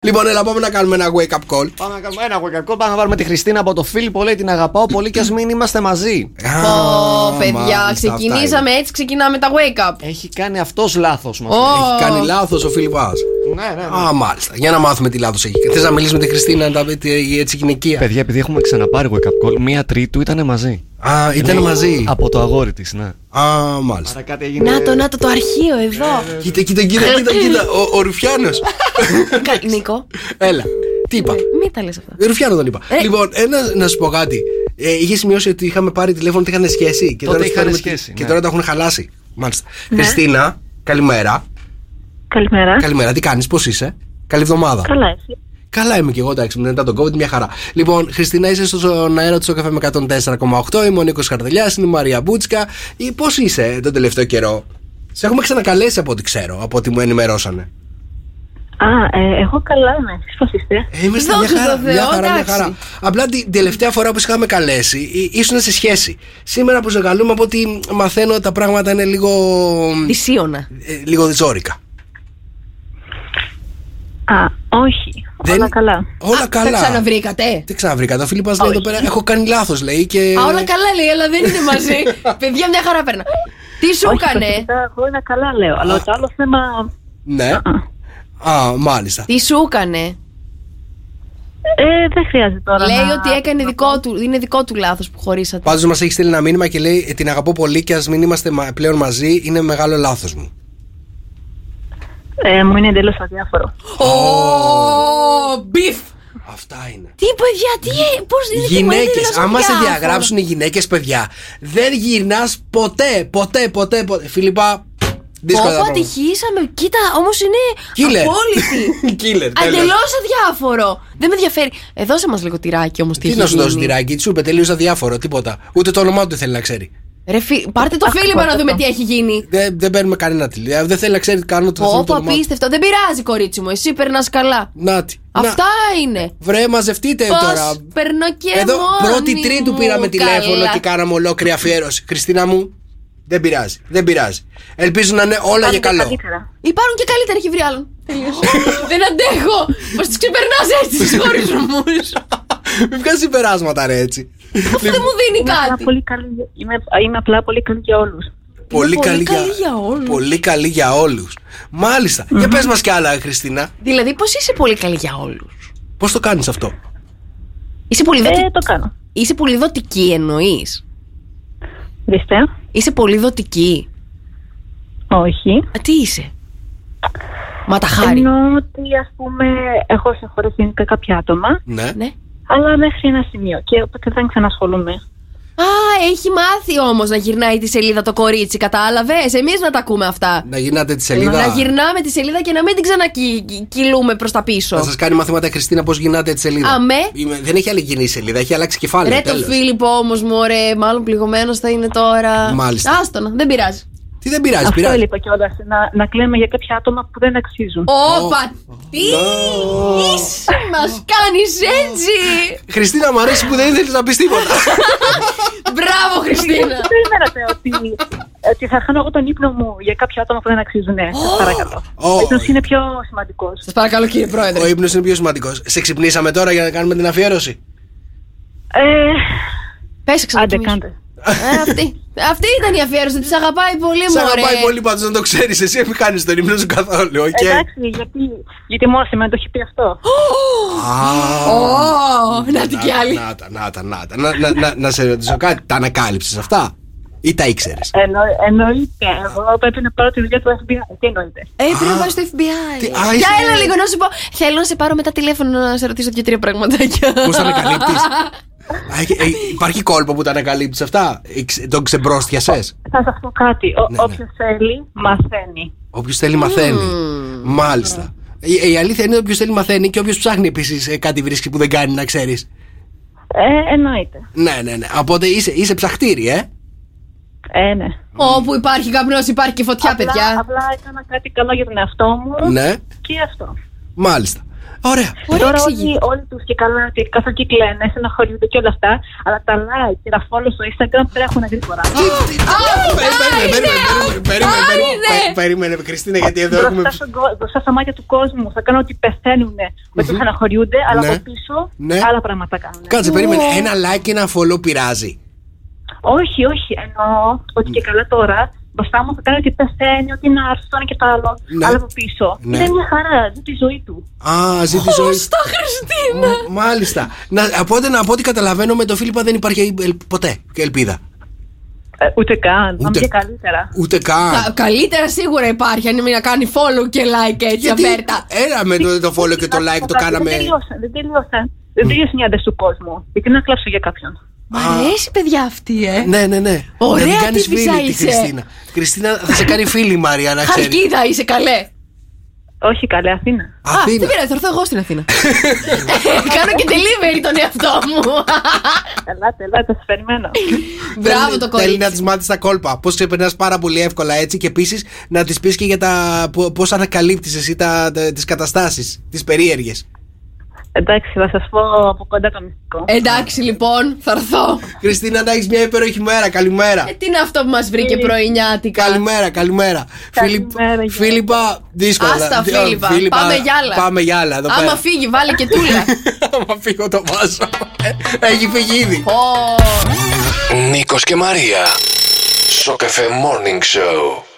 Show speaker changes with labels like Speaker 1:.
Speaker 1: Λοιπόν, έλα, πάμε να κάνουμε ένα wake up call.
Speaker 2: Πάμε να κάνουμε ένα γουεκακό. Πάμε να βάλουμε τη Χριστίνα από το Φίλιππο. Λέει την αγαπάω πολύ και ας μην είμαστε μαζί.
Speaker 1: Α,
Speaker 3: Ω, παιδιά,
Speaker 1: μάλιστα, αυτά
Speaker 3: ξεκινήσαμε
Speaker 1: είναι.
Speaker 3: έτσι, ξεκινάμε τα wake up.
Speaker 2: Έχει κάνει αυτός λάθος μας.
Speaker 3: Ω,
Speaker 1: Έχει κάνει λάθος ο Φιλιππά.
Speaker 2: Ναι, ναι, ναι.
Speaker 1: Α, μάλιστα. Για να μάθουμε τι λάθος έχει. Θες να μιλήσουμε με τη Χριστίνα, να τα πει τι- έτσι γυναικεία.
Speaker 2: Παιδιά, επειδή έχουμε ξαναπάρει wake up call, μία τρίτου ήταν μαζί.
Speaker 1: Α, ήταν μαζί.
Speaker 2: Από το αγόρι της, ναι.
Speaker 1: Α, μάλιστα.
Speaker 2: κάτι έγινε.
Speaker 3: Να το, να το, το αρχείο εδώ.
Speaker 1: Κοίτα, κοίτα, κοίτα, κοίτα, κοίτα. Ο, ο Ρουφιάνος.
Speaker 3: Κα- Νίκο,
Speaker 1: έλα. Τι είπα.
Speaker 3: μην τα λες αυτά.
Speaker 1: Ρουφιάνο τον είπα.
Speaker 3: Ε.
Speaker 1: Λοιπόν, ένα, να σου πω κάτι. Ε, είχε σημειώσει ότι είχαμε πάρει τηλέφωνο, ότι είχαν σχέση. Ναι. Και
Speaker 2: Τότε
Speaker 1: τώρα, τους
Speaker 2: είχαν
Speaker 1: παίρνουμε
Speaker 2: σχέση,
Speaker 1: τη-
Speaker 2: ναι.
Speaker 1: και τώρα τα έχουν χαλάσει. Μάλιστα. Χριστίνα, καλημέρα.
Speaker 4: Καλημέρα.
Speaker 1: Καλημέρα, τι κάνεις, πώς είσαι. Καλή εβδομάδα.
Speaker 4: Καλά, εσύ.
Speaker 1: Καλά είμαι και εγώ, εντάξει, μετά τον COVID, μια χαρά. Λοιπόν, Χριστίνα, είσαι στον αέρα του καφέ με 104,8. Είμαι ο Νίκος Καρδελιά, είναι η Μαρία Μπούτσκα. Ή πώς είσαι τον τελευταίο καιρό. Σε έχουμε ξανακαλέσει από ό,τι ξέρω, από ό,τι μου ενημερώσανε.
Speaker 4: Α, ε, εγώ καλά είμαι. Εσείς πώς είστε.
Speaker 1: Ε, Είμαστε μια
Speaker 3: Δόξα
Speaker 1: χαρά,
Speaker 3: τω Θεώ,
Speaker 1: μια χαρά, μια
Speaker 3: εντάξει.
Speaker 1: χαρά. Απλά την τελευταία φορά που σε είχαμε καλέσει ή- ήσουν σε σχέση. Σήμερα που σε καλούμε, από ό,τι μαθαίνω, τα πράγματα είναι λίγο.
Speaker 3: Δυσίωνα.
Speaker 1: ε, λίγο ζόρικα.
Speaker 4: Α, όχι. Όλα καλά.
Speaker 1: Όλα
Speaker 3: Α,
Speaker 1: καλά.
Speaker 3: Τα ξαναβρήκατε.
Speaker 1: Δεν ξαναβρήκα. Το Φίλιππας λέει εδώ
Speaker 4: Όχι.
Speaker 1: πέρα: Έχω κάνει λάθος, λέει. Και...
Speaker 3: Α, όλα καλά λέει, αλλά δεν είναι μαζί. Παιδιά, μια χαρά παίρνα. Τι σου
Speaker 4: όχι,
Speaker 3: έκανε,
Speaker 4: προσωπικά εγώ είναι καλά, λέω. Αλλά το άλλο θέμα.
Speaker 1: Ναι. Α, μάλιστα.
Speaker 3: τι σου έκανε.
Speaker 4: Ε, δεν χρειάζεται τώρα.
Speaker 3: Λέει
Speaker 4: να-
Speaker 3: ότι έκανε δικό του, είναι δικό του λάθος που χωρίσατε.
Speaker 1: Πάντω μας έχει στείλει ένα μήνυμα και λέει: «Ε, Την αγαπώ πολύ και ας μην είμαστε μα- πλέον μαζί. Είναι μεγάλο λάθος μου.
Speaker 4: Ε, μου είναι εντελώς αδιάφορο.
Speaker 3: Ω, μπιφ!
Speaker 1: Αυτά είναι.
Speaker 3: Τι παιδιά, τι, πώς είναι και μου είναι
Speaker 1: Γυναίκες,
Speaker 3: δυνατόν
Speaker 1: άμα σε
Speaker 3: διάφορα.
Speaker 1: διαγράψουν οι γυναίκες, παιδιά, δεν γυρνάς ποτέ, ποτέ, ποτέ, ποτέ. Φίλιππα, δύσκολα. τα
Speaker 3: Όπου
Speaker 1: πράγματα.
Speaker 3: ατυχήσαμε, κοίτα, όμως είναι
Speaker 1: Killer.
Speaker 3: απόλυτη.
Speaker 1: Killer, τέλος.
Speaker 3: Αντελώς αδιάφορο. Δεν με ενδιαφέρει. Ε, δώσε μας λίγο τυράκι όμως.
Speaker 1: Τι να σου δώσει τη ράγκη, σου είπε τελείως αδιάφορο, τίποτα. Ούτε το όνομά του δεν θέλει να ξέρει.
Speaker 3: Ρε, φι- πάρτε το φίλιππα να δούμε τι έχει γίνει.
Speaker 1: Δεν, δεν παίρνουμε κανένα τηλέφωνο. Δεν θέλει να ξέρει κανένα το, θέλει
Speaker 3: Όπου
Speaker 1: το όνομά του.
Speaker 3: απίστευτο. Δεν πειράζει, κορίτσι μου. Εσύ περνάς καλά.
Speaker 1: Να τη. Να.
Speaker 3: Αυτά είναι.
Speaker 1: Βρε, μαζευτείτε τώρα.
Speaker 3: Πώ περνώ και
Speaker 1: Εδώ
Speaker 3: μόνη
Speaker 1: πρώτη τρίτου
Speaker 3: μου.
Speaker 1: πήραμε τηλέφωνο
Speaker 3: Καλά.
Speaker 1: και κάναμε ολόκληρη αφιέρωση. Χριστίνα μου, δεν πειράζει. Δεν πειράζει. Ελπίζω να είναι όλα για
Speaker 4: Κάνετε
Speaker 1: καλό.
Speaker 4: καλύτερα.
Speaker 3: Υπάρχουν και καλύτερα, έχει βρει άλλον. Τελείωσε. Δεν αντέχω. Πώς τις ξεπερνάς έτσι τι μου.
Speaker 1: Μην βγάζεις συμπεράσματα, ρε έτσι.
Speaker 3: Αυτό δεν μου δίνει
Speaker 4: Είμαι απλά
Speaker 3: κάτι.
Speaker 4: πολύ καλή, είμαι, είμαι απλά πολύ καλή για όλους.
Speaker 1: πολύ,
Speaker 3: πολύ
Speaker 1: καλή
Speaker 3: καλή για όλους.
Speaker 1: Πολύ καλή για όλους. Μάλιστα. Για πες μας κι άλλα, Χριστίνα.
Speaker 3: Δηλαδή, πώς είσαι πολύ καλή για όλους.
Speaker 1: Πώς το κάνεις αυτό.
Speaker 3: Είσαι πολύ, δοτη...
Speaker 4: Ε, το κάνω.
Speaker 3: είσαι πολύ δοτική, εννοείς.
Speaker 4: Δείστε.
Speaker 3: Είσαι πολύ δοτική.
Speaker 4: Όχι.
Speaker 3: Α, τι είσαι. Μα τα χάρη.
Speaker 4: Ενώ ότι ας πούμε, εγώ συγχωρεθήκα κάποια άτομα,
Speaker 1: Ναι.
Speaker 3: Ναι.
Speaker 4: αλλά μέχρι ένα σημείο και οπότε δεν ξανασχολούμαι.
Speaker 3: Α, έχει μάθει όμως να γυρνάει τη σελίδα το κορίτσι, κατάλαβες. Εμείς να τα ακούμε αυτά.
Speaker 1: Να γυρνάτε τη σελίδα.
Speaker 3: Να γυρνάμε τη σελίδα και να μην την ξανακυλούμε προς τα πίσω.
Speaker 1: Θα σας κάνει μαθήματα η Χριστίνα πώς γυρνάτε τη σελίδα.
Speaker 3: Αμέ.
Speaker 1: Είμαι- Δεν έχει άλλη γυρνή η σελίδα, έχει αλλάξει κεφάλαιο.
Speaker 3: Ρε το
Speaker 1: τέλος.
Speaker 3: Φίλιππο όμως, μωρέ, μάλλον πληγωμένος θα είναι τώρα.
Speaker 1: Μάλιστα.
Speaker 3: Άστονα, δεν πειράζει.
Speaker 1: Τι δεν πειράζει,
Speaker 4: Αυτό
Speaker 1: πειράζει.
Speaker 4: έλειπα κιόλας. Να, να κλαίμε για κάποια άτομα που δεν αξίζουν.
Speaker 3: Όπα! Τι
Speaker 1: Ω.
Speaker 3: είσαι, μας κάνεις έτσι!
Speaker 1: Χριστίνα, μου αρέσει που δεν ήθελες να πεις τίποτα.
Speaker 3: Μπράβο, Χριστίνα!
Speaker 4: Δεν περιμένατε ότι, ότι θα χάνω εγώ τον ύπνο μου για κάποια άτομα που δεν αξίζουν. Ναι, σας παρακαλώ.
Speaker 1: Ω.
Speaker 4: Ο ύπνος είναι πιο σημαντικός.
Speaker 3: Σας παρακαλώ, κύριε Πρόεδρε.
Speaker 1: Ο ύπνος είναι πιο σημαντικός. Σε ξυπνήσαμε τώρα για να κάνουμε την αφιέρωση.
Speaker 4: Ε,
Speaker 3: Πες
Speaker 4: άντε,
Speaker 3: ξανά.
Speaker 4: κάντε.
Speaker 3: Ε, Αυτή. Αυτή ήταν η αφιέρωση, της αγαπάει πολύ,
Speaker 1: Σ'
Speaker 3: Ε, μωρέ.
Speaker 1: αγαπάει πολύ πάντως να το ξέρεις. Εσύ μην κάνει τον ύπνο σου καθόλου, οκ.
Speaker 4: Εντάξει, γιατί, γιατί μόλις με το έχει πει αυτό.
Speaker 1: Α,
Speaker 3: Ω, να την κι άλλη.
Speaker 1: Να τα, να τα, να τα. Να- να- να- Να σε ρωτήσω κάτι, τα ανακάλυψες αυτά ή τα ήξερες.
Speaker 4: Εννο, εννοείται. Εγώ πρέπει να πάρω τη δουλειά του FBI. Τι εννοείται.
Speaker 3: Ε, πρέπει να πάει στο FBI.
Speaker 1: Τι- α,
Speaker 3: Για
Speaker 1: είσαι-
Speaker 3: έλα λίγο να σου πω. Θέλω να σε πάρω μετά τηλέφωνο να σε ρωτήσω δύο-τρία πραγματάκια.
Speaker 1: Πώς τα ανακαλύπτει. ε, Υπάρχει κόλπο που τα ανακαλύπτεις αυτά. Ε, ξε- Τον ξεμπρόστιασες.
Speaker 4: Θα σας πω κάτι. Ο,
Speaker 1: Ναι, ναι.
Speaker 4: Όποιος θέλει, μαθαίνει.
Speaker 1: Όποιος θέλει μαθαίνει. Μάλιστα. Η, η αλήθεια είναι ότι όποιος θέλει μαθαίνει και όποιος ψάχνει επίσης κάτι βρίσκει που δεν κάνει να ξέρεις.
Speaker 4: Ε, εννοείται.
Speaker 1: Ναι, ναι, ναι. Οπότε είσαι, είσαι ψαχτήρι, ε.
Speaker 4: Ε, ναι.
Speaker 3: Όπου υπάρχει καπνός, υπάρχει και φωτιά, παιδιά.
Speaker 4: Απλά, απλά έκανα κάτι καλό για τον εαυτό μου
Speaker 1: Ναι,
Speaker 4: και αυτό.
Speaker 1: μάλιστα. Ωραία.
Speaker 3: Ωραία,
Speaker 4: Τώρα
Speaker 3: εξηγεί.
Speaker 4: όλοι, όλοι τους και καλά, και καθόλου και κλαίνε, στεναχωρούνται και όλα αυτά. Αλλά τα like και τα follow στο Instagram τρέχουν γρήγορα.
Speaker 1: Τι- τι-
Speaker 3: α,
Speaker 1: Περίμενε,
Speaker 3: είναι,
Speaker 1: περίμενε, περίμενε,
Speaker 3: α,
Speaker 1: περίμενε,
Speaker 3: α,
Speaker 1: περίμενε,
Speaker 3: είναι.
Speaker 1: πε- Περίμενε, Κριστίνα, γιατί εδώ Ε, έχουμε.
Speaker 4: Μπροστά, στον κο- μπροστά στα μάτια του κόσμου θα κάνουν ότι πεθαίνουν, ότι στεναχωριούνται, αλλά
Speaker 1: Ναι.
Speaker 4: από πίσω
Speaker 1: Ναι.
Speaker 4: άλλα πράγματα κάνουν.
Speaker 1: Κάτσε, περίμενε.
Speaker 3: Ω.
Speaker 1: Ένα like και ένα follow πειράζει.
Speaker 4: Όχι, όχι, εννοώ ότι και καλά τώρα μπροστά μου θα κάνει ότι πεθαίνει, ότι να έρθει το ένα και το άλλο.
Speaker 1: Ναι.
Speaker 4: Αλλά από πίσω
Speaker 1: Ναι.
Speaker 4: είναι μια χαρά, ζει τη ζωή του.
Speaker 1: Α, ζει τη ζωή.
Speaker 3: Πώς τα Χριστίνα.
Speaker 1: Μ- Μάλιστα. Να, από ό,τι, να- από ό,τι καταλαβαίνω, με τον Φίλιππα δεν υπάρχει ελ- ποτέ ελπίδα.
Speaker 4: Ε, ούτε καν,
Speaker 1: Ούτε-
Speaker 4: ούτε... και καλύτερα.
Speaker 1: Ούτε καν.
Speaker 3: Κα- Καλύτερα σίγουρα υπάρχει αν μην να κάνει follow και like έτσι αβέρτα.
Speaker 1: Έλα με το, το follow και το like το κάναμε.
Speaker 4: Δεν τελειώσαν, δεν τελειώσαν. Δεν τελείωσαν οι άντρες του κόσμου. Γιατί να κλάψω για κάποιον.
Speaker 3: Μ' αρέσει παιδιά αυτή, ε.
Speaker 1: Ναι, ναι, ναι.
Speaker 3: Ωραία,
Speaker 1: να την κάνεις
Speaker 3: τύπησα
Speaker 1: φίλη τη
Speaker 3: είσαι.
Speaker 1: Κριστίνα. Κριστίνα θα σε κάνει φίλη η Μαρία, να ξέρεις.
Speaker 3: Χαλκίδα είσαι καλέ.
Speaker 4: Όχι, καλέ, Αθήνα.
Speaker 3: Α, δεν πειράζει, θα έρθω εγώ στην Αθήνα. Ε, Κάνω και delivery τον εαυτό μου.
Speaker 4: Ελάτε, ελάτε, σας περιμένω.
Speaker 3: Μπράβο το
Speaker 1: Θέλει να
Speaker 3: κορίτσι.
Speaker 1: της μάθεις τα κόλπα. Πώς ξεπερνάς πάρα πολύ εύκολα έτσι και επίσης να της πεις και για τα πώ ανακαλύπτει εσύ τις καταστάσεις, τις περίεργες.
Speaker 4: Εντάξει, θα σας πω από κοντά το μυστικό.
Speaker 3: Εντάξει λοιπόν, θα έρθω.
Speaker 1: Κριστίνα, να έχεις μια υπέροχη μέρα. Καλημέρα.
Speaker 3: Ε, Τι είναι αυτό που μας βρήκε πρωινιάτικα.
Speaker 1: Καλημέρα, καλημέρα. Φίλιπ-
Speaker 4: Καλημέρα, Γιώργο.
Speaker 1: Φίλιππα, δύσκολα.
Speaker 3: Άστα,
Speaker 1: Δι-
Speaker 3: Φίλιππα. Πάμε για άλλα.
Speaker 1: Πάμε για άλλα εδώ
Speaker 3: Άμα
Speaker 1: πέρα.
Speaker 3: φύγει, βάλε και τούλα.
Speaker 1: Άμα φύγω το βάζω. Ε, Έχει φύγει ήδη.
Speaker 3: Ω.
Speaker 5: Νίκος και Μαρία. Σοκεφέ Morning Show.